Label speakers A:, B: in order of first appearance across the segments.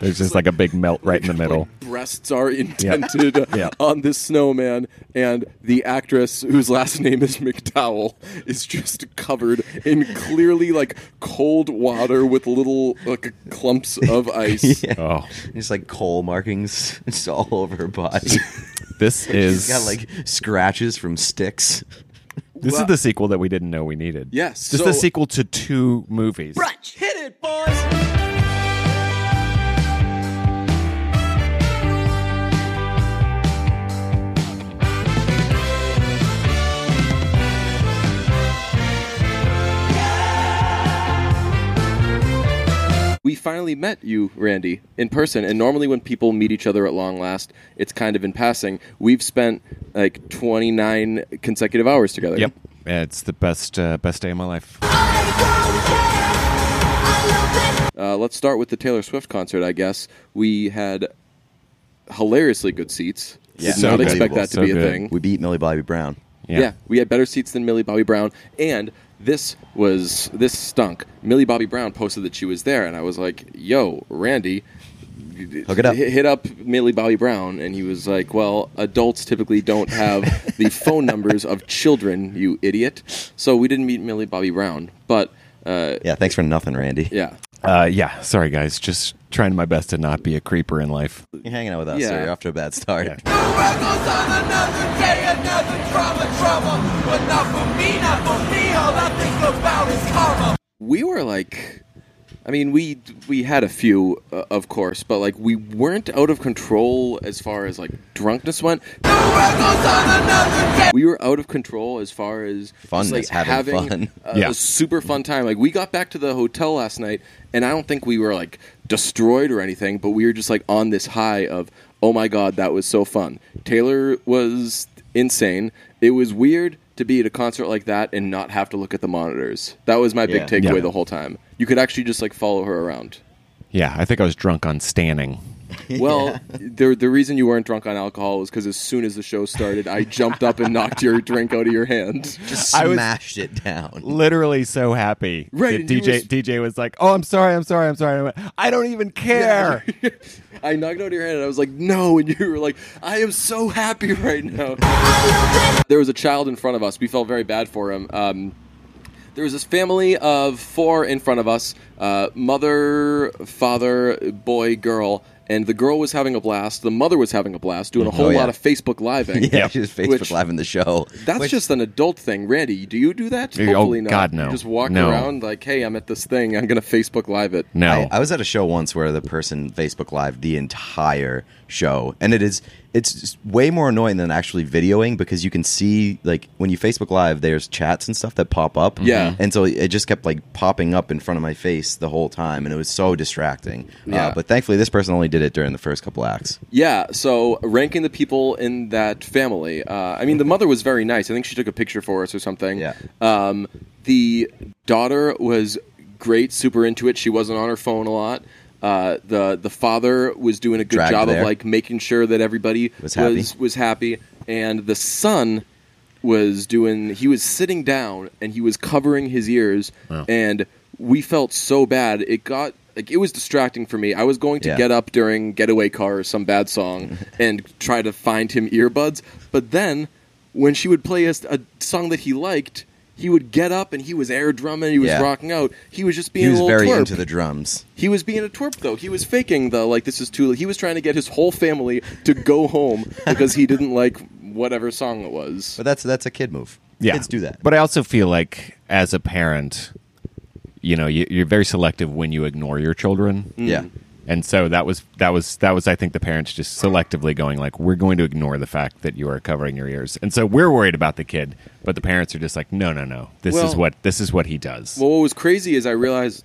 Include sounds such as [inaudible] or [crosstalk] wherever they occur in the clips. A: There's just like a big melt right in the
B: [laughs]
A: middle.
B: breasts are indented
A: Yeah.
B: on this snowman, and the actress whose last name is McDowell is just covered in clearly like cold water with little like clumps of ice.
A: Oh,
C: It's like coal markings [laughs] just all over her body.
B: [laughs]
A: this is
C: She's got like scratches from sticks.
A: this is the sequel that we didn't know we needed.
B: Yes,
A: just
B: so-
A: the sequel to two movies.
C: Hit it, boys!
B: We finally met you, Randy, in person. And normally, when people meet each other at long last, it's kind of in passing. We've spent like 29 consecutive hours together.
A: Yep, it's the best uh, best day of my life.
B: Uh, let's start with the Taylor Swift concert, I guess. We had hilariously good seats.
C: Yeah.
B: Did
C: So
B: not
C: good.
B: expect that to
A: So
B: be a
A: good.
B: thing.
C: We beat Millie Bobby Brown.
B: Yeah. we had better seats than Millie Bobby Brown, and this was this stunk. Millie Bobby Brown posted that she was there, and I was like, "Yo, Randy,
C: Hook it up.
B: hit, hit up Millie Bobby Brown." And he was like, "Well, adults typically don't have
C: [laughs]
B: the phone numbers of children, you idiot." So we didn't meet Millie Bobby Brown, but uh,
C: Yeah, thanks for nothing, Randy.
B: yeah,
A: Uh, yeah. Sorry, guys. Just trying my best to not be a creeper in life.
C: You're hanging out with us,
B: Yeah.
C: so you're off to a bad start.
B: we were like i mean we we had a few uh, of course but like we weren't out of control as far as like drunkenness went we were out of control as far as just,
C: Fun
B: like
C: is having fun. [laughs]
B: A,
A: Yeah.
B: a super fun time like we got back to the hotel last night and i don't think we were like destroyed or anything but we were just like on this high of oh my god that was so fun taylor was insane it was weird to be at a concert like that and not have to look at the monitors that was my big
C: Yeah.
B: takeaway
A: Yeah.
B: the whole time. You could actually just like follow her
C: [laughs]
B: around.
A: Yeah, I think I was drunk on standing.
B: Well, the the reason you weren't drunk on alcohol was because as soon as the show started, I jumped up and knocked your drink out of your hand.
C: Just
A: I was-
C: smashed it down.
A: Literally so happy.
B: Right,
A: that
B: and you
A: DJ
B: was-
A: DJ was like, "Oh, I'm sorry. I'm sorry. I'm sorry." I, went, I don't even
B: [laughs]
A: care.
B: I knocked it out of your hand, and I was like, "No!" And you were like, "I am so happy right now." there was a child in front of us. We felt very bad for him. Um, there was this family of four in front of us uh, mother, father, boy, girl. And the girl was having a blast. The mother was having a blast,
A: Mm-hmm.
B: doing a whole
C: Oh, yeah.
B: lot of
A: [laughs]
B: Facebook living.
C: Yeah, she was Facebook
B: Which-
C: Live in the show.
B: That's
C: Which-
B: just an adult thing, Randy. Do you do that?
A: Oh,
B: Hopefully not.
A: God, no.
B: You just walk
A: No.
B: around like, "Hey, I'm at this thing. I'm gonna Facebook Live it."
A: no,
C: I, I was at a show once where the person Facebook Live the entire show, and it is it's just way more annoying than actually videoing because you can see like when you Facebook Live, there's chats and stuff that pop up.
B: Yeah.
C: and so it just kept like popping up in front of my face the whole time, and it was so distracting.
B: Yeah.
C: uh, but thankfully this person only did it during the first couple acts.
B: Yeah, so ranking the people in that family. Uh, I mean, the mother was very nice. I think she took a picture for us or something.
C: Yeah.
B: Um, the daughter was great, super into it. She wasn't on her phone a lot. Uh, the the father was doing a good
C: Dragged
B: job
C: there.
B: of like making sure that everybody
C: Was happy.
B: was was happy, and the son was doing. He was sitting down and he was covering his ears, and we felt so bad. It got like it was distracting for me. I was going to
C: Yeah.
B: get up up during Getaway Car or some bad
C: [laughs]
B: song and try to find him earbuds. But then, when she would play a, a song that he liked, he would get up and he was air drumming, he was
C: Yeah.
B: rocking out. He was just being
C: He was
B: a little
C: very
B: twerp.
C: into the drums.
B: he was being a twerp though. He was faking the like this is too. He was trying to get his whole family to go
C: [laughs]
B: home because he didn't like whatever song it was.
C: But that's that's a kid move.
A: yeah,
C: Kids do that.
A: But I also feel like as a parent, you know, you, you're very selective when you ignore your children.
C: yeah,
A: And so that was that was that was I think the parents just selectively going like we're going to ignore the fact that you are covering your ears. And so we're worried about the kid, but the parents are just like no no no. This is
B: Well-
A: what this is what he does.
B: Well, what was crazy is I realized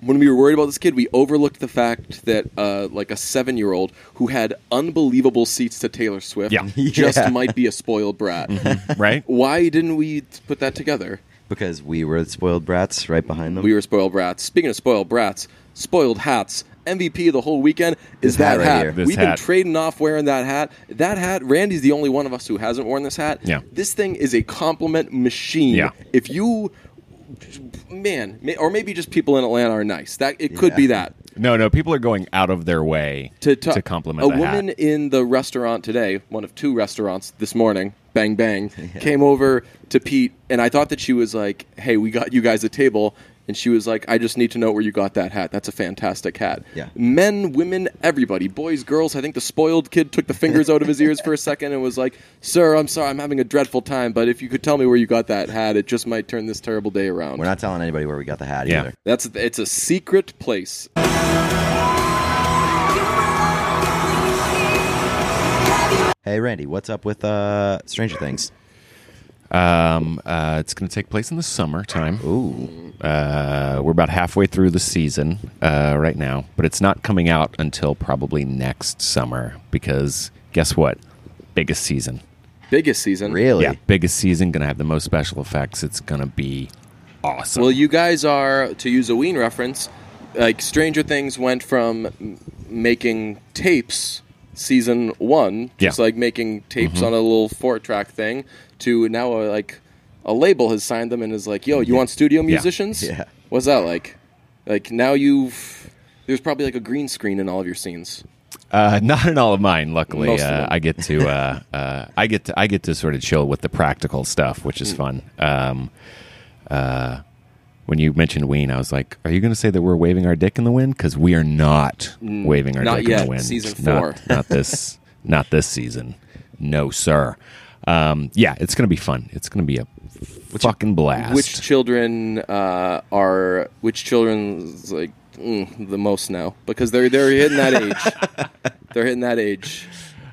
B: when we were worried about this kid, we overlooked the fact that uh, like a seven-year-old who had unbelievable seats to Taylor Swift
A: Yeah.
B: just
C: Yeah. [laughs] Mm-hmm.
B: might be a spoiled brat.
A: right?
B: Why didn't we put that together?
C: because we were the spoiled brats right behind them.
B: We were spoiled brats. Speaking of spoiled brats, spoiled hats. MVP of the whole weekend is
C: This
B: that
C: hat right
B: hat.
C: here.
A: This
B: We've
A: hat.
B: been trading off wearing that hat. That hat, Randy's the only one of us who hasn't worn this hat.
A: Yeah.
B: This thing is a compliment machine.
A: Yeah.
B: If you man, may, or maybe just people in Atlanta are nice. That it could
C: Yeah.
B: be that.
A: No, no, people are going out of their way to,
B: ta-
A: to compliment
B: a
A: the
B: woman
A: hat.
B: in the restaurant today one of two restaurants this morning
A: [laughs]
B: bang bang came over to pete and i thought that she was like hey we got you guys a table and she was like i just need to know where you got that hat that's a fantastic hat
C: Yeah.
B: men women everybody boys girls i think the spoiled kid took the fingers out of his ears for a second and was like sir i'm sorry i'm having a dreadful time but if you could tell me where you got that hat it just might turn this terrible day around
C: We're not telling anybody where we got the hat
A: Yeah.
C: either.
B: that's it's a secret place
C: Hey, Randy, what's up with uh, Stranger Things?
A: Um, uh, it's going to take place in the summertime.
C: Ooh,
A: Uh, we're about halfway through the season uh, right now, but it's not coming out until probably next summer because guess what? Biggest season.
B: biggest season
C: really?
A: Yeah, biggest season. Going to have the most special effects. It's going to be awesome.
B: Well, you guys are, to use a Ween reference, like Stranger Things went from m- making tapes season one, just
A: Yeah.
B: like making tapes
C: Mm-hmm.
B: on a little four track thing, to now uh, like a label has signed them and is like, yo, you want studio musicians?
C: Yeah.
B: What's that like? Like now you've. There's probably like a green screen in all of your scenes.
A: Uh, [laughs] not in all of mine, luckily.
B: Most of
A: uh,
B: them.
A: I get
B: [laughs]
A: to uh, uh, I get to I get to sort of chill with the practical stuff, which is
B: Mm.
A: fun. Um, uh, when you mentioned Ween, I was like, "Are you going to say that we're waving our dick in the wind?" Because we are not waving our
B: Mm, not
A: dick in
B: yet.
A: the wind.
B: Season
A: Not-
B: four.
A: not,
B: [laughs]
A: this, not this season. No, sir. Um, yeah, it's going to be fun. It's going to be a fucking blast.
B: Which children uh, are which children's like mm, the most now because they're they're hitting that
C: [laughs]
B: age. they're hitting that age.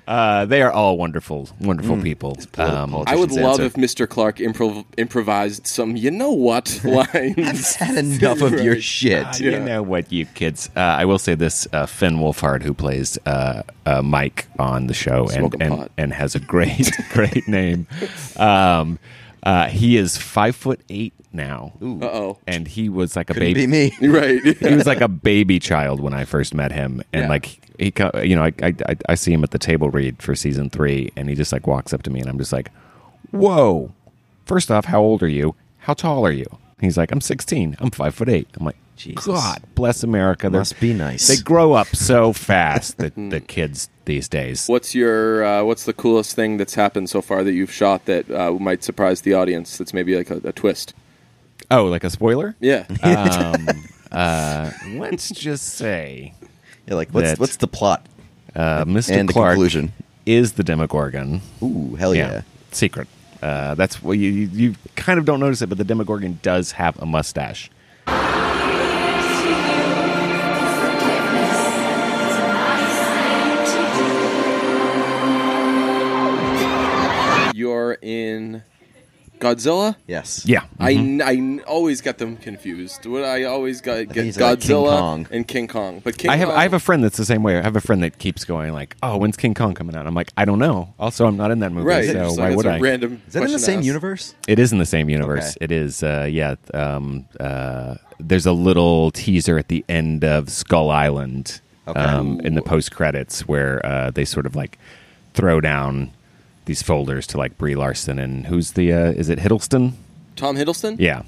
A: uh, they are all wonderful, wonderful
B: Mm.
A: people. Um,
C: politics.
B: I would
C: Christian's
B: love
C: answer.
B: if Mr. Clark improv- improvised some you
A: [laughs]
B: know what lines. [laughs]
C: Had enough of your
B: Right.
C: shit.
A: God,
B: Yeah.
A: You know what, you kids. Uh, I will say this: uh, Finn Wolfhard, who plays uh, uh, Mike on the show, and,
B: Smoking
A: and
B: pot.
A: and has a great [laughs] great name. Um, uh, he is five foot eight now,
B: Uh-oh.
A: and he was like a
C: Couldn't
A: baby.
C: be me.
B: right.
A: He was like a baby child when I first met him, and
B: Yeah.
A: like he, co- you know, I, I I- I see him at the table read for season three, and he just like walks up to me, and I'm just like, "Whoa!" First off, how old are you? How tall are you? He's like, "I'm 16. I'm five foot eight. I'm like,
C: Jesus.
A: God bless America. They're-
C: Must be nice.
A: They grow up so fast.
C: [laughs]
A: The the kids these days.
B: [laughs] What's your uh, what's the coolest thing that's happened so far that you've shot that uh, might surprise the audience? That's maybe like a, a twist.
A: Oh, like a
C: [laughs]
A: spoiler? [laughs]
B: Yeah.
A: Um, uh, let's just say
C: You're like, what's
A: That-
C: what's the plot?
A: uh, Mr.
C: And the
A: Clark
C: conclusion.
A: is the Demogorgon.
C: Ooh, hell yeah.
A: Secret. Uh, that's well, you, you you kind of don't notice it, but the Demogorgon does have a mustache.
B: You're in Godzilla?
A: Mm-hmm.
C: Yes.
A: Yeah,
B: I n- I, n- always got them confused. What I always got get
C: he's like
B: Godzilla
C: King Kong.
B: and King Kong. But King
A: I have
B: Kong,
A: I have a friend that's the same way. I have a friend that keeps going like, "Oh, when's King Kong coming out?" I'm like, "I don't know." Also, I'm not in that movie,
B: right.
A: so
B: Just like,
A: why
B: that's
A: would
B: a
A: I?
B: Random
C: Is that in the
B: question to
C: same
B: ask.
C: universe?
A: It is in the same universe.
C: Okay.
A: It is, uh, yeah. Um, uh, there's a little teaser at the end of Skull Island
C: Okay.
A: um, in the post credits where uh, they sort of like throw down these folders to like Brie Larson and who's the uh, is it Hiddleston?
B: Tom Hiddleston?
A: Yeah.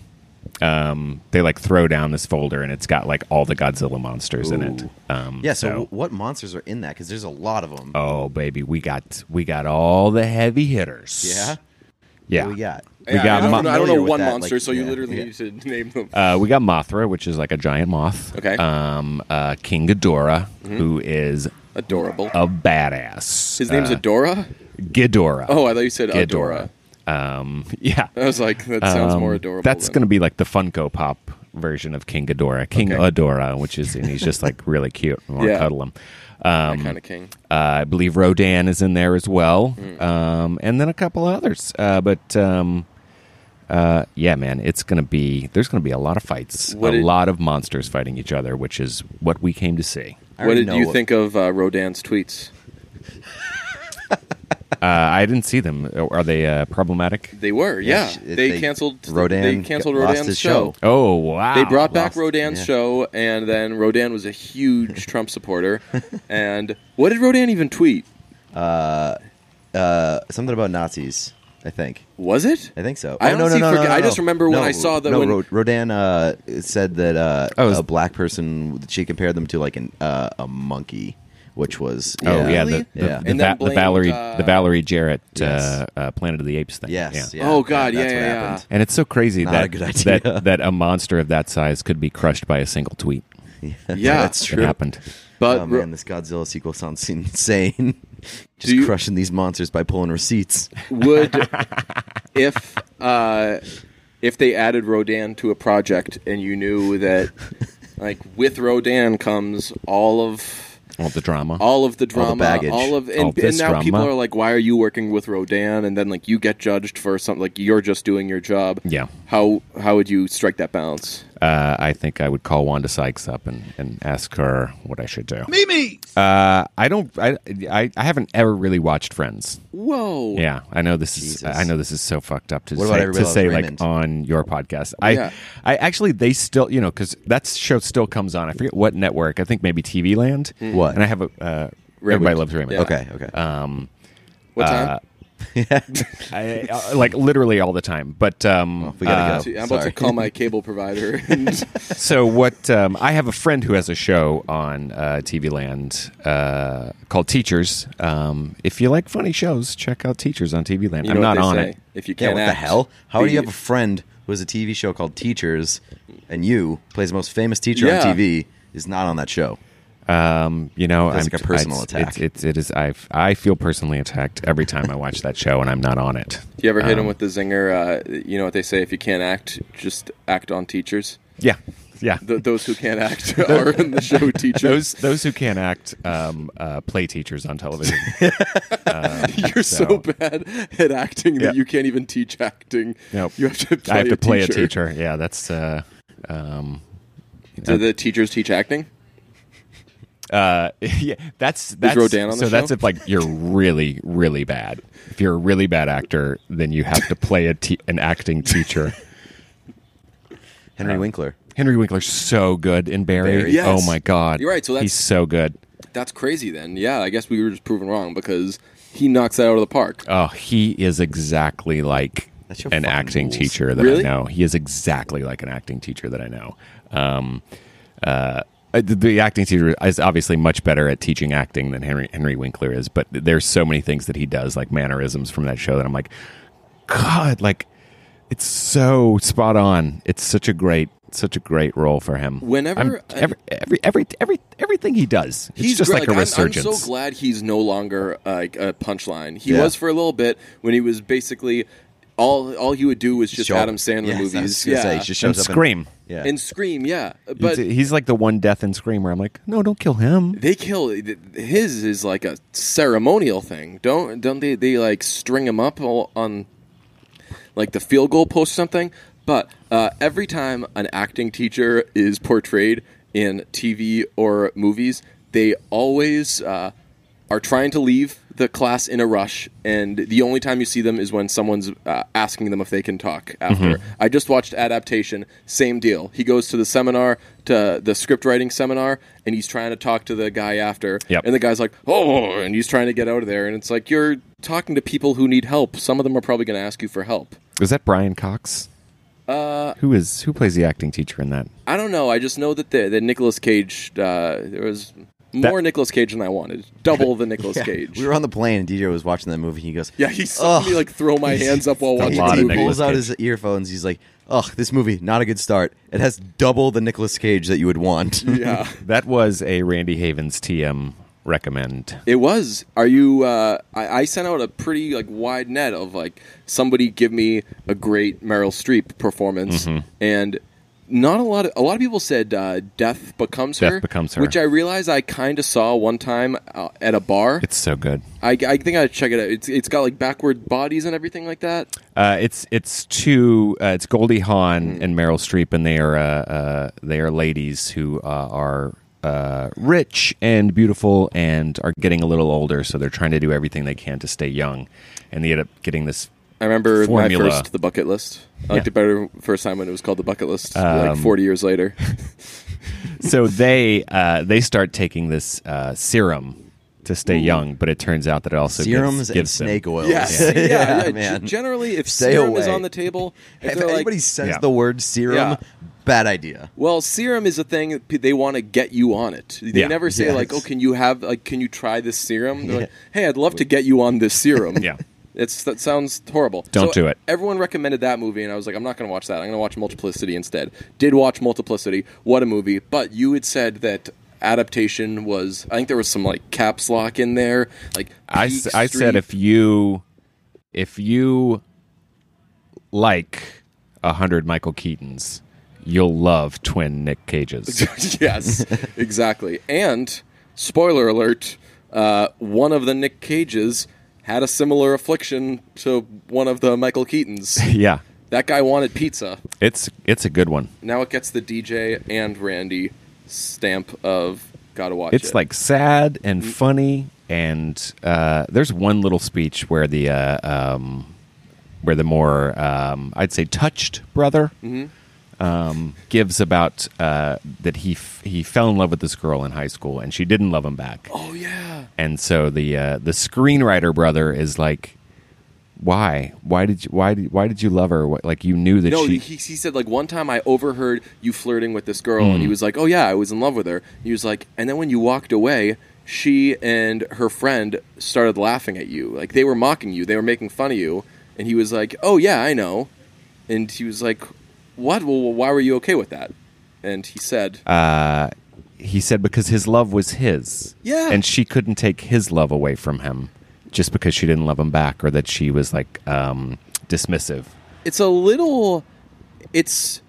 A: Um, they like throw down this folder and it's got like all the Godzilla monsters in it.
C: Ooh.
A: Um,
C: Yeah. So, w- what monsters are in that? Because there's a lot of them.
A: oh baby, we got we got all the heavy hitters.
C: yeah.
A: yeah.
C: What we got.
A: We got
B: I, don't
A: Mo-
B: know, I don't
C: familiar
B: know
C: with
B: one
C: that,
B: monster,
C: like,
B: so you
C: yeah,
B: literally
C: yeah.
B: need to name them.
A: Uh, we got Mothra, which is like a giant moth.
B: Okay.
A: Um, uh, King Ghidorah, who is
B: Adorable.
A: a badass.
B: His name's
A: uh,
B: Adora.
A: Ghidorah.
B: Oh, I thought you said Adora.
A: Ghidorah. Um, yeah.
B: I was like, that [laughs] sounds
A: Um,
B: more adorable.
A: That's
B: than-
A: going to be like the Funko Pop version of King Ghidorah, King
B: Okay.
A: Adora, which is and he's just like really cute. I want to
B: [laughs] Yeah.
A: cuddle him.
B: that kind of king.
A: Uh, I believe Rodan is in there as well, um, and then a couple others. Uh, but um, uh, yeah, man, it's gonna be there's gonna be a lot of fights,
B: What
A: a
B: did-
A: lot of monsters fighting each other, which is what we came to see.
C: I
B: what
C: already
B: did
C: know
B: you
C: what-
B: think of uh, Rodan's tweets?
A: Uh, I didn't see them. Are they uh, problematic?
B: They were, yeah.
C: sh-
B: they, canceled.
C: Rodan.
B: They canceled
C: got- lost
B: Rodan's
C: his
B: show.
A: Oh wow!
B: They brought back
C: lost-
B: Rodan's
C: yeah.
B: show, and then Rodan was a
C: [laughs]
B: huge Trump supporter. And what did Rodan even tweet?
C: Uh, something about Nazis. I think.
B: Was it?
C: I think so.
B: I
C: Oh, no, no,
B: honestly
C: no, no,
B: forget-
C: no,
B: I just
C: no.
B: remember when
C: No,
B: I saw that
C: No,
B: when-
C: Ro- Rodan uh, said that uh,
A: Oh, is-
C: a black person. She compared them to like an uh, a monkey, which was
A: Oh yeah,
B: Really?
A: the, the,
C: Yeah.
A: the,
B: And then
A: Va- the
B: blamed,
A: Valerie
B: uh,
A: the Valerie Jarrett uh,
C: Yes.
A: uh, Planet of the Apes thing.
C: yes.
A: yeah.
C: yeah,
B: Oh, God,
C: that's
B: yeah,
C: what
B: yeah, yeah.
C: happened.
A: And it's so crazy
C: Not
A: that
C: a good
A: [laughs]
C: idea.
A: that that a monster of that size could be crushed by a single tweet.
C: [laughs]
B: Yeah.
C: that's
A: It
C: true.
A: happened.
B: But
C: oh
B: Ro-
C: man, [laughs] this Godzilla sequel sounds [laughs] insane. Just
B: Do you-
C: crushing these monsters by pulling
B: [laughs]
C: receipts.
B: would if uh, if they added Rodan to a project and you knew that like with Rodan comes all of
A: All the drama.
B: all of the drama, all,
C: baggage.
B: of and,
A: All
B: and
A: this
B: now people
A: drama.
B: are like, why are you working with Rodan? And then like you get judged for something like you're just doing your job.
A: Yeah.
B: How how would you strike that balance?
A: uh, I think I would call Wanda Sykes up and, and ask her what I should do.
D: Mimi!
A: Uh, I don't. I, I I haven't ever really watched Friends.
B: Whoa.
A: Yeah, I know this is.
C: Jesus.
A: I know this is so fucked up to
C: What about
A: say,
C: Everybody
A: to
C: Loves
A: say like
C: Raymond? Oh,
A: on your podcast. I
B: Yeah.
A: I actually they still you know because that show still comes on. I forget what network. I think maybe TV Land.
C: Mm. What?
A: And I have a uh, Everybody
B: Raymond.
A: Loves Raymond.
B: Yeah.
C: Okay, okay.
B: What time?
A: Uh, I, I- like literally all the time. But um,
C: we gotta
A: uh,
C: go.
B: See, I'm about
C: sorry.
B: to call my cable provider. And
A: so what um, I have a friend who has a show on uh, TV Land uh, called Teachers. Um, if you like funny shows, check out Teachers on TV Land.
B: [laughs] you
A: I'm
B: know what
A: not
B: they
A: on
B: say,
A: it.
B: If you
C: yeah,
B: can't
C: what the
B: act,
C: hell? How do
B: be-
C: you have a friend who has a TV show called Teachers, and you plays the most famous teacher
B: Yeah.
C: on TV is not on that show?
A: Um, you know,
C: Feels
A: I'm
C: like a personal
A: it's-
C: attack.
A: It's, it's, it is. I I feel personally attacked every time I watch that show, and I'm not on it.
B: Do you ever hit him
A: Um,
B: with the zinger? Uh, you know what they say: if you can't act, just act on teachers.
A: Yeah, yeah.
B: Th- those who can't act are in the show teachers.
A: those those who can't act um, uh, play teachers on
B: [laughs]
A: television.
B: You're so,
A: so-
B: bad at acting
A: Yeah.
B: that you can't even teach acting.
A: Nope.
B: You have to. Play
A: I have to play
B: teacher.
A: a teacher. Yeah, that's. Uh, um, you
B: Do
A: know,
B: the teachers teach acting?
A: uh, [laughs] yeah, that's that's
B: Rodan on the
A: so that's
B: show?
A: if like you're really really bad. If you're a really bad actor, then you have to play a te- an acting
B: [laughs]
A: teacher. Uh,
C: Henry Winkler.
A: Henry Winkler's so good in Barry.
C: Barry.
B: Yes.
A: Oh my god,
B: You're right, so that's-
A: he's so good.
B: That's crazy. Then, yeah, I guess we were just proven wrong because he knocks that out of the park.
A: Oh, he is exactly like
C: That's your
A: an
C: fucking
A: acting
C: rules.
A: teacher that
B: Really?
A: I know. He is exactly like an acting teacher that I know. Um, uh, uh, the, the acting teacher is obviously much better at teaching acting than Henry Henry Winkler is, but there's so many things that he does, like mannerisms from that show, that I'm like, God, like it's so spot on. It's such a great, such a great role for him.
B: Whenever
A: I'm-
B: I-
A: every, every every every everything he does, it's just
B: great.
A: like, a
B: I'm-
A: resurgence.
B: I'm, so glad he's no longer uh, like a punchline. He
C: Yeah.
B: was for a little bit when he was basically all all he would do was just
C: Show up.
B: Adam Sandler
C: Yes, I was
B: movies.
C: just gonna say, he just shows
A: And
C: up
A: Scream.
C: yeah.
B: and Scream, yeah.
A: But
B: But
A: he's like the one death in Scream where I'm like, no, don't kill him.
B: they kill his is like a ceremonial thing. Don't don't they they like string him up all on like the field goal post or something? But uh, every time an acting teacher is portrayed in TV or movies, they always uh, are trying to leave the class in a rush, and the only time you see them is when someone's uh, asking them if they can talk. After I just watched Adaptation, same deal. He goes to the seminar, to the script writing seminar, and he's trying to talk to the guy after,
A: Yep.
B: and the guy's like, "Oh," and he's trying to get out of there, and it's like you're talking to people who need help. Some of them are probably going to ask you for help.
A: Is that Brian Cox? Uh, who is who plays the acting teacher in that?
B: I don't know. I just know that the, the Nicolas Cage uh, there was more
A: That-
B: Nicolas Cage than I wanted. Double
A: [laughs]
B: the Nicolas
C: Yeah.
B: Cage.
C: We were on the plane, and DJ was watching that movie. and He goes,
B: yeah, he saw
C: "Ugh."
B: me like throw my hands up while
A: A
B: watching
A: lot
B: the
A: of
B: movie.
A: Nicolas
C: pulls out
A: Cage.
C: his earphones. He's like, "Ugh, this movie not a good start. It has double the Nicolas Cage that you would want." [laughs]
B: Yeah,
A: That was a Randy Havens TM recommend.
B: it was. Are you? Uh, I, I sent out a pretty like wide net of like somebody give me a great Meryl Streep performance,
A: Mm-hmm.
B: and not a lot. Of, a lot of people said uh, "Death Becomes
A: Death
B: Her,"
A: Becomes Her.
B: which I realized I kind of saw one time uh, at a bar.
A: It's so good.
B: I, I think I check it out. It's it's got like backward bodies and everything like that.
A: Uh, it's it's two. Uh, it's Goldie Hawn and Meryl Streep, and they are uh, uh, they are ladies who uh, are uh, rich and beautiful and are getting a little older, so they're trying to do everything they can to stay young, and they end up getting this
B: I remember
A: Formula.
B: my first the bucket list. I liked
A: Yeah.
B: it better first time when it was called the bucket list.
C: Um,
B: like forty years later,
A: so they uh, they start taking this uh, serum to stay young, but it turns out that it also
C: serums
A: gives,
C: and
A: gives them-
C: snake
B: [laughs]
C: oils. [laughs]
B: Yes. Yeah, yeah, G-
C: man.
B: Generally, if
C: Stay
B: serum is
C: away.
B: on the table, if
C: if
B: they're like-
C: anybody says
A: Yeah.
C: the word serum,
B: Yeah.
C: bad idea.
B: Well, serum is a thing that pe- they want to get you on it. They
A: Yeah.
B: never say
C: Yes.
B: like, "Oh, can you have like can you try this serum?" They're like,
C: Yeah.
B: "Hey, I'd love to get you on this serum."
A: Yeah.
B: It's that sounds horrible.
A: Don't do it.
B: Everyone recommended that movie, and I was like, I'm not going to watch that. I'm going to watch Multiplicity instead. Did watch Multiplicity. What a movie! But you had said that adaptation was. I think there was some like caps lock in there. Like
A: I,
B: Peak
A: s- I said
B: Street-
A: if you if you like a hundred Michael Keatons, you'll love twin Nick
C: [laughs]
A: Cages.
B: [laughs] yes, exactly. And spoiler alert: uh, one of the Nick Cages had a similar affliction to one of the Michael Keatons.
A: yeah,
B: that guy wanted pizza.
A: it's it's a good one.
B: Now it gets the DJ and Randy stamp of gotta watch.
A: It's
B: it.
A: like sad
B: Mm.
A: and funny, and uh, there's one little speech where the uh, um, where the more um, I'd say touched brother
B: Mm-hmm.
A: um, gives about uh, that he f- he fell in love with this girl in high school and she didn't love him back.
B: oh yeah,
A: and so the uh, the screenwriter brother is like, why, why did you, why did, why did you love her? What, like you knew that
B: no.
A: she,
B: He, he said like one time I overheard you flirting with this girl,
A: Hmm.
B: and he was like, "Oh yeah, I was in love with her." He was like, and then when you walked away. She and her friend started laughing at you. Like, they were mocking you. They were making fun of you. And he was like, Oh, yeah, I know. And he was like, What? Well, why were you okay with that? And he said,
A: he said because his love was his,
B: Yeah.
A: and she couldn't take his love away from him just because she didn't love him back or that she was like um, dismissive.
B: it's a little it's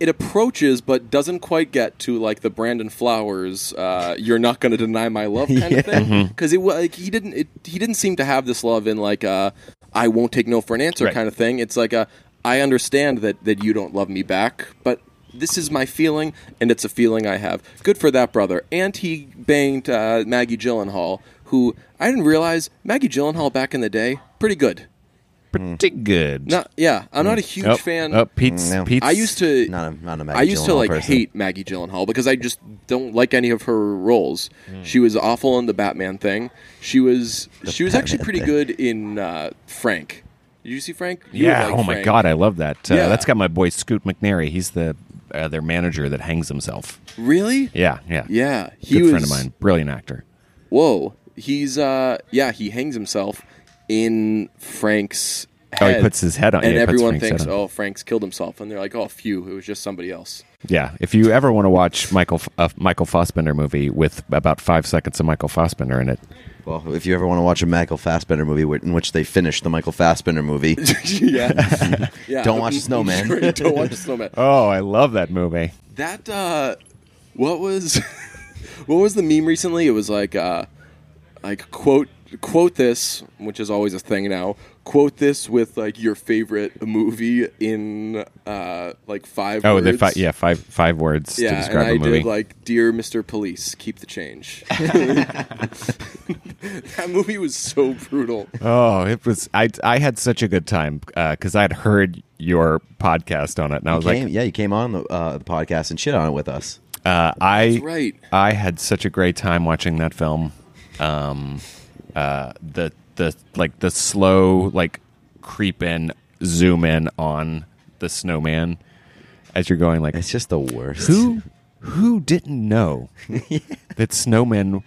B: it approaches but doesn't quite get to like the Brandon Flowers uh, "You're not going to deny my love" kind of thing because it wa- like he didn't it, he didn't seem to have this love in like a "I won't take no for an answer"
A: Right.
B: kind of thing. It's like a "I understand that that you don't love me back, but this is my feeling and it's a feeling I have." Good for that brother. And he banged uh, Maggie Gyllenhaal, who I didn't realize Maggie Gyllenhaal back in the day pretty good.
A: Pretty good.
B: Hmm. Not yeah, I'm not a huge
A: oh,
B: fan.
A: Oh, Pete's,
C: Mm, no.
A: Pete's.
B: I used to
C: Not a, not a Maggie
B: I used to
C: Gyllenhaal
B: like
C: person.
B: hate Maggie Gyllenhaal because I just don't like any of her roles.
A: Mm.
B: She was awful in the Batman thing. She was she was actually
C: Batman
B: pretty
C: thing.
B: good in uh, Frank. Did you see Frank? You would
A: Yeah.
B: like
A: oh my
B: Frank.
A: God, I love that. Uh,
B: Yeah.
A: That's got my boy Scoot McNairy. He's the uh, their manager that hangs himself.
B: Really?
A: Yeah. Yeah.
B: Yeah, he
A: Good
B: was.
A: friend of mine. Brilliant actor.
B: Whoa, he's uh yeah he hangs himself in Frank's.
A: Oh,
B: Head,
A: he puts his head on.
B: and
A: yeah, he puts
B: everyone
A: Frank's head
B: thinks,
A: on.
B: "Oh, Frank's killed himself," and they're like, "Oh, phew, it was just
A: [laughs]
B: somebody else." [laughs]
A: Yeah, if you ever want to watch Michael F- a Michael Fassbender movie with about five seconds of Michael Fassbender in it,
C: Well, if you ever want to watch a Michael Fassbender movie wh- in which they finish the Michael Fassbender
B: [laughs]
C: movie,
B: yeah. yeah,
C: [laughs] Don't watch Snowman.
B: [laughs] Don't watch Snowman.
A: oh, I love that movie.
B: That uh what was [laughs] what was the meme recently? It was like uh like quote quote this, which is always a thing now. Quote this with like your favorite movie in uh like five
A: Oh,
B: words.
A: they fi- yeah, five five words to
B: Yeah, and
A: describe
B: I
A: a movie.
B: did like Dear Mr. Police, keep the change. [laughs] that movie was so brutal.
A: [laughs] oh, it was I I had such a good time because I had heard your podcast on it, and I was
C: came,
A: like,
C: yeah, you came on the, uh, the podcast and shit on it with us.
A: uh, I
B: right.
A: I had such a great time watching that film. Um, uh, the the like the slow like creep in zoom in on the snowman as you're going like
C: It's just the worst.
A: Who who didn't know [laughs] that snowmen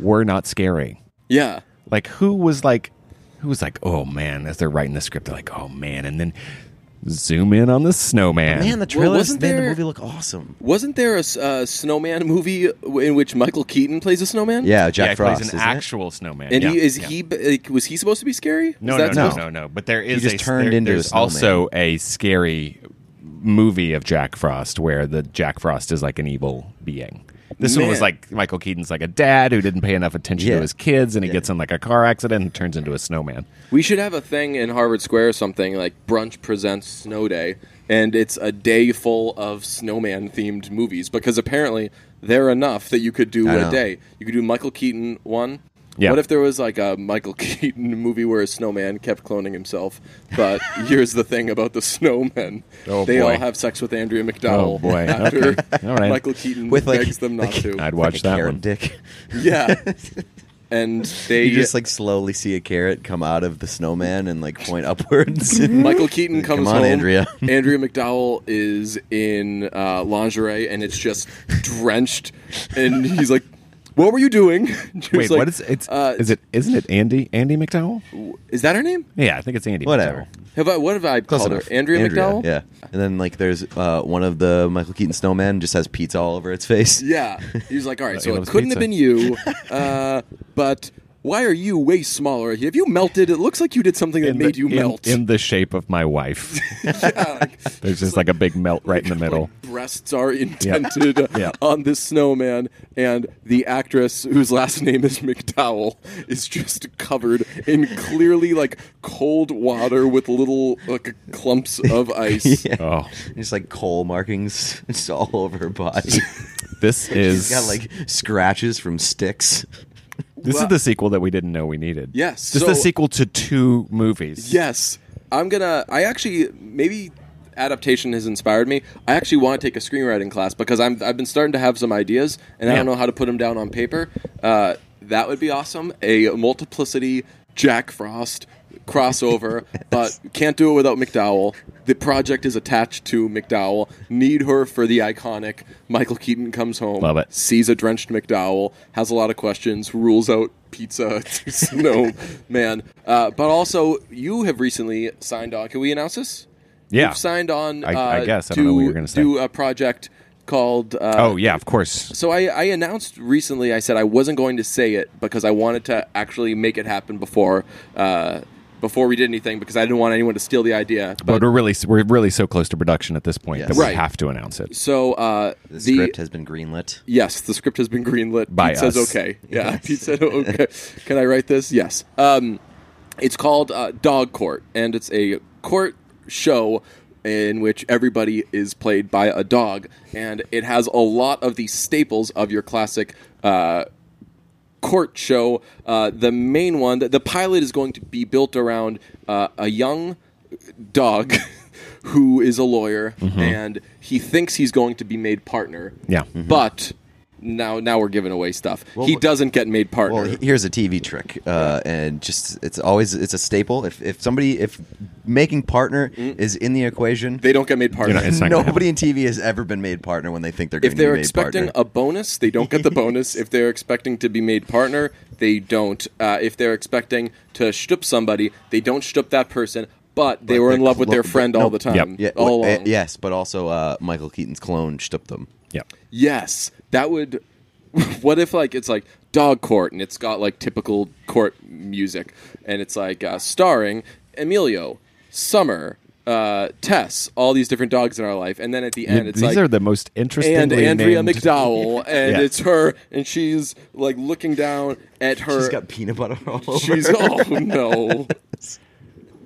A: were not scary?
B: Yeah.
A: Like who was like who was like, oh man, as they're writing the script, they're like, oh man, and then zoom in on the snowman.
C: Man, the
B: Well,
C: trailer
B: wasn't
C: made
B: there-
C: the movie look awesome.
B: Wasn't there a s- uh, snowman movie in which Michael Keaton plays a snowman?
C: Yeah,
A: yeah,
C: Jack
A: he
C: Frost.
A: plays an
C: isn't it?
A: actual snowman.
B: And
A: yeah,
B: he, is
A: yeah.
B: he like, was he supposed to be scary?
A: No, no,
B: Is that
A: no,
B: supposed-
A: no, no. But there is
C: just
A: a,
C: turned
A: there-
C: into a
A: there's
C: snowman.
A: also a scary movie of Jack Frost where the Jack Frost is like an evil being. This one was
B: Man.
A: like Michael Keaton's like a dad who didn't pay enough attention to
C: Yeah.
A: his kids, and he
C: Yeah.
A: gets in like a car accident and turns into a snowman.
B: We should have a thing in Harvard Square or something like brunch presents snow day, and it's a day full of snowman themed movies because apparently they're enough that you could do
C: I
B: a
C: know.
B: day. You could do Michael Keaton one.
A: Yeah.
B: What if there was like a Michael [laughs] Keaton movie where a snowman kept cloning himself?
A: [laughs]
B: But here's the thing about the snowmen:
A: Oh,
B: they
A: boy.
B: all have sex with Andrea McDowell.
A: Oh, boy.
B: After
A: Okay. All right.
B: Michael
A: [laughs]
B: Keaton
C: With, like-
B: begs them not
C: like-
B: to.
A: I'd watch
C: Like a
A: that
C: carrot
A: one.
C: Dick.
B: Yeah. and they
C: You just like slowly see a carrot come out of the snowman and like
B: [laughs]
C: point upwards. and-
B: Michael Keaton comes
C: Come on,
B: home.
C: Andrea.
B: [laughs] Andrea McDowell is in uh, lingerie and it's just drenched, and he's like, "What were you doing?" [laughs] And she was
A: Wait,
B: like,
A: what is it's
B: uh,
A: is it isn't it Andy Andy McDowell?
B: Is that her name?
A: Yeah, I think it's Andy.
C: Whatever.
A: McDowell.
B: Have I? What have I
C: [laughs] Close
B: called
C: enough.
B: her? Andrea, McDowell.
C: Yeah. And then like there's uh, one of the Michael Keaton snowman just has pizza all over its face.
B: Yeah. He was like,
A: [laughs]
B: all right,
A: he
B: so it
A: loves
B: couldn't have
A: pizza.
B: been you, uh, but why are you way smaller? Have you melted? It looks like you did something that
A: In
B: made
A: the-
B: you
A: in-
B: melt.
A: in the shape of my wife.
B: [laughs] yeah, like,
A: [laughs] There's just like a big melt right
B: [laughs]
A: in the middle.
B: like, breasts are [laughs] indented
A: Yeah.
B: on this snowman, and the actress whose last name is McDowell is just covered in clearly like cold water with little like clumps of ice.
C: Yeah.
A: Oh,
C: Just like coal markings [laughs] just all over
B: [laughs]
C: her body.
A: this is
C: She's got like scratches from sticks.
A: this is
B: Well-
A: the sequel that we didn't know we needed.
B: Yes,
A: just
B: so-
A: the sequel to two movies.
B: Yes. I'm gonna. I actually maybe adaptation has inspired me. I actually want to take a screenwriting class because I'm I've been starting to have some ideas and I don't
A: Yeah.
B: know how to put them down on paper. Uh, that would be awesome. A multiplicity Jack Frost crossover, but can't do it without McDowell. The project is attached to McDowell. Need her for the iconic. Michael Keaton comes home,
A: Love it.
B: sees a drenched McDowell, has a lot of questions, rules out pizza [laughs] to snow man. Uh, but also, you have recently signed on. Can we announce this?
A: yeah.
B: You've signed on.
A: I-
B: uh,
A: I guess. I
B: to
A: don't know what you were gonna say.
B: do a project called. Uh,
A: Oh yeah, of course.
B: So I, I announced recently. I said I wasn't going to say it because I wanted to actually make it happen before. Uh, before we did anything, because I didn't want anyone to steal the idea.
A: But
B: But,
A: we're really we're really so close to production at this point
C: Yes.
A: that we
B: Right.
A: have to announce it.
B: so uh,
C: The script has been greenlit.
B: Yes, the script has been greenlit.
A: By
B: Pete says
A: us.
B: okay. Yeah, [laughs] Pete said okay. Can I write this? Yes. Um, it's called uh, Dog Court, and it's a court show in which everybody is played by a dog, and it has a lot of the staples of your classic. Uh, court show. Uh, the main one, the, the pilot is going to be built around uh, a young dog [laughs] who is a lawyer and he thinks he's going to be made partner.
A: Mm-hmm. Yeah.
B: Mm-hmm. But now now we're giving away stuff. he doesn't get made partner.
C: Well, he- here's a TV trick, uh, and just it's always it's a staple. If if somebody if making partner is in the equation,
B: Mm. they don't get made partner.
A: You know, it's not gonna happen.
C: nobody in TV has ever been made partner when they think they're going
B: if
C: to be
B: they're
C: made
B: expecting
C: partner.
B: a bonus, they don't
C: [laughs]
B: get the bonus. If they're expecting to be made partner, they don't. Uh, if they're expecting to shtup somebody, they don't shtup that person. But they
C: But
B: were in
C: they're
B: love with
C: clo-
B: their
C: but-
B: friend all the
A: Yep.
B: time.
C: yeah,
B: all
C: well, uh,
B: along.
C: yes, but also uh, Michael Keaton's clone stooped them.
A: Yeah.
B: Yes, that would. [laughs] What if like it's like dog court and it's got like typical court music and it's like uh, starring Emilio, Summer, uh, Tess, all these different dogs in our life, and then at the end it's
A: These
B: like
A: are the most interesting.
B: and Andrea
A: named,
B: McDowell
A: [laughs]
B: and
A: Yeah.
B: it's her and she's like looking down at her.
C: She's got peanut butter all
B: [laughs]
C: over.
B: she's- oh
A: [laughs]
B: no!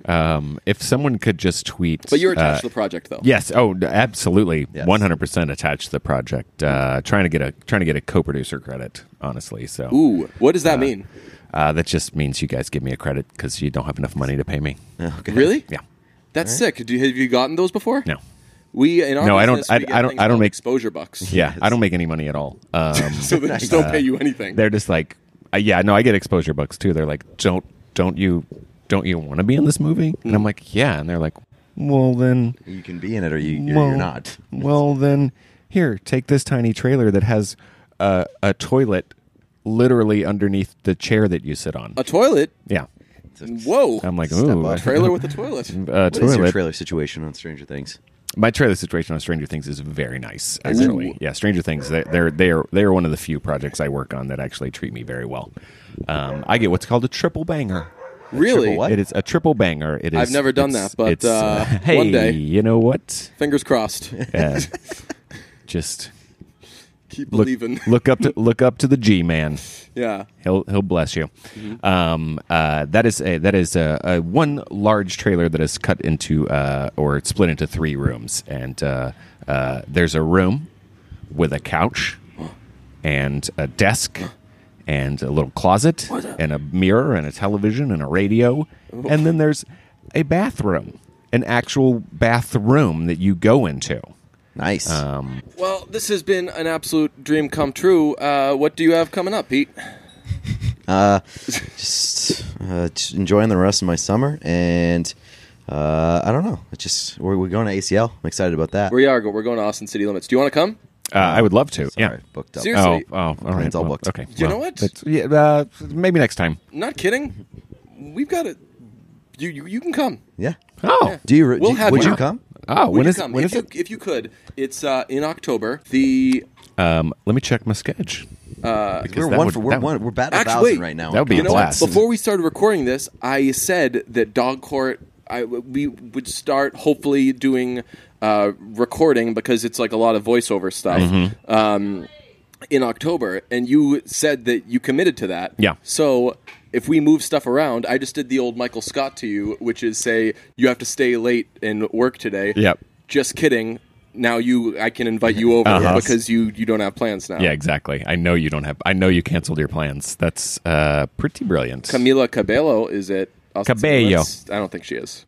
A: Um, if someone could just tweet,
B: But you're attached
A: uh,
B: to the project though.
A: Yes. Oh, d- absolutely.
C: Yes.
A: One hundred percent attached to the project. Uh, trying to get a trying to get a co-producer credit. Honestly, so
B: Ooh, what does that mean?
A: Uh, that just means you guys give me a credit because you don't have enough money to pay me.
C: Okay.
B: Really?
A: Yeah.
B: That's sick. Do you, have you gotten those before?
A: No.
B: We in our
A: No, I don't-
B: business,
A: I-
B: we get
A: I don't-
B: things
A: I don't
B: called
A: make-
B: exposure bucks.
A: Yeah. I don't make any money at all. Um,
B: [laughs] so they just don't pay you anything.
A: they're just like, uh, yeah. No, I get exposure books too. They're like, don't don't you don't you want to be in this movie? And I'm like, yeah. And they're like, well then,
C: [laughs] You can be in it, or you, you're,
A: well,
C: you're not.
A: well then, here, take this tiny trailer that has uh, a toilet literally underneath the chair that you sit
C: Uh,
A: on.
B: a toilet.
A: yeah.
B: Whoa!
A: I'm like, [laughs] ooh,
C: up.
B: trailer with a toilet.
A: uh,
C: What is your
A: toilet.
C: trailer situation on Stranger Things?
A: My trailer situation on Stranger Things is very nice, actually.
B: Ooh.
A: Yeah, Stranger Things they- they're they're they're one of the few projects I work on that actually treat me very well. Um, I get what's called a triple banger.
B: Really?
C: triple what?
A: It is a triple banger. It is.
B: I've never done
A: it's-
B: that, but,
A: it's, [laughs] uh,
B: uh,
A: hey,
B: one day.
A: you know what? [laughs]
B: Fingers crossed. [laughs]
A: Uh, just
B: Keep
A: look
B: believing.
A: look up to look up to the G man.
B: [laughs] Yeah.
A: He'll he'll bless you. Um, uh, that is a that is a, a one large trailer that is cut into uh, or it's split into three rooms, and uh, uh, there's a room with a couch and a desk and a little closet and a mirror and a television and a radio, and then there's a bathroom, an actual bathroom that you go into. Uh,
C: Nice.
B: Uh, Well, this has been an absolute dream come true. Uh, what do you have coming up, Pete?
C: Uh, just, uh, just enjoying the rest of my summer, and uh, I don't know. It's just we're, we're going to ACL. I'm excited about that.
B: We are. go- We're going to Austin city limits. Do you want to come?
A: Uh, I would love to.
C: Sorry,
A: yeah.
C: booked up.
B: Seriously?
A: Oh, oh, all right.
C: It's all
A: well,
C: booked.
A: Okay.
B: You know
A: well,
B: what?
A: that's- yeah, uh, maybe next time.
B: Not kidding. We've got it. You you, you can come.
C: Yeah.
A: Oh,
C: Do you? re-
B: We'll
C: do,
B: have
C: would
B: you.
C: you come?
A: oh,
B: Will
A: when
B: you
A: is
B: come?
A: when
B: if
A: is
B: you,
A: it?
B: If you could, it's uh, in October. The
A: Um, let me check my sketch.
B: uh,
A: Because
C: we're
A: that
C: one
A: would-
C: for we're
A: that would-
C: one. We're batting
B: Actually,
C: thousand
B: wait.
C: right now.
A: That would be
B: you
A: a
B: know,
A: blast.
B: Before we started recording this, I said that Dog Court, I, we would start hopefully doing uh, recording because it's like a lot of voiceover stuff
A: Mm-hmm.
B: um, in October, and you said that you committed to that.
A: Yeah.
B: So if we move stuff around, I just did the old Michael Scott to you, which is say you have to stay late and work today.
A: Yep.
B: Just kidding. Now you, I can invite you over
A: Uh-huh.
B: because you you don't have plans now.
A: Yeah, exactly. I know you don't have. I know you canceled your plans. That's uh, pretty brilliant.
B: Camila Cabello is it? Austin City
A: Cabello.
B: Limits? I don't think she is.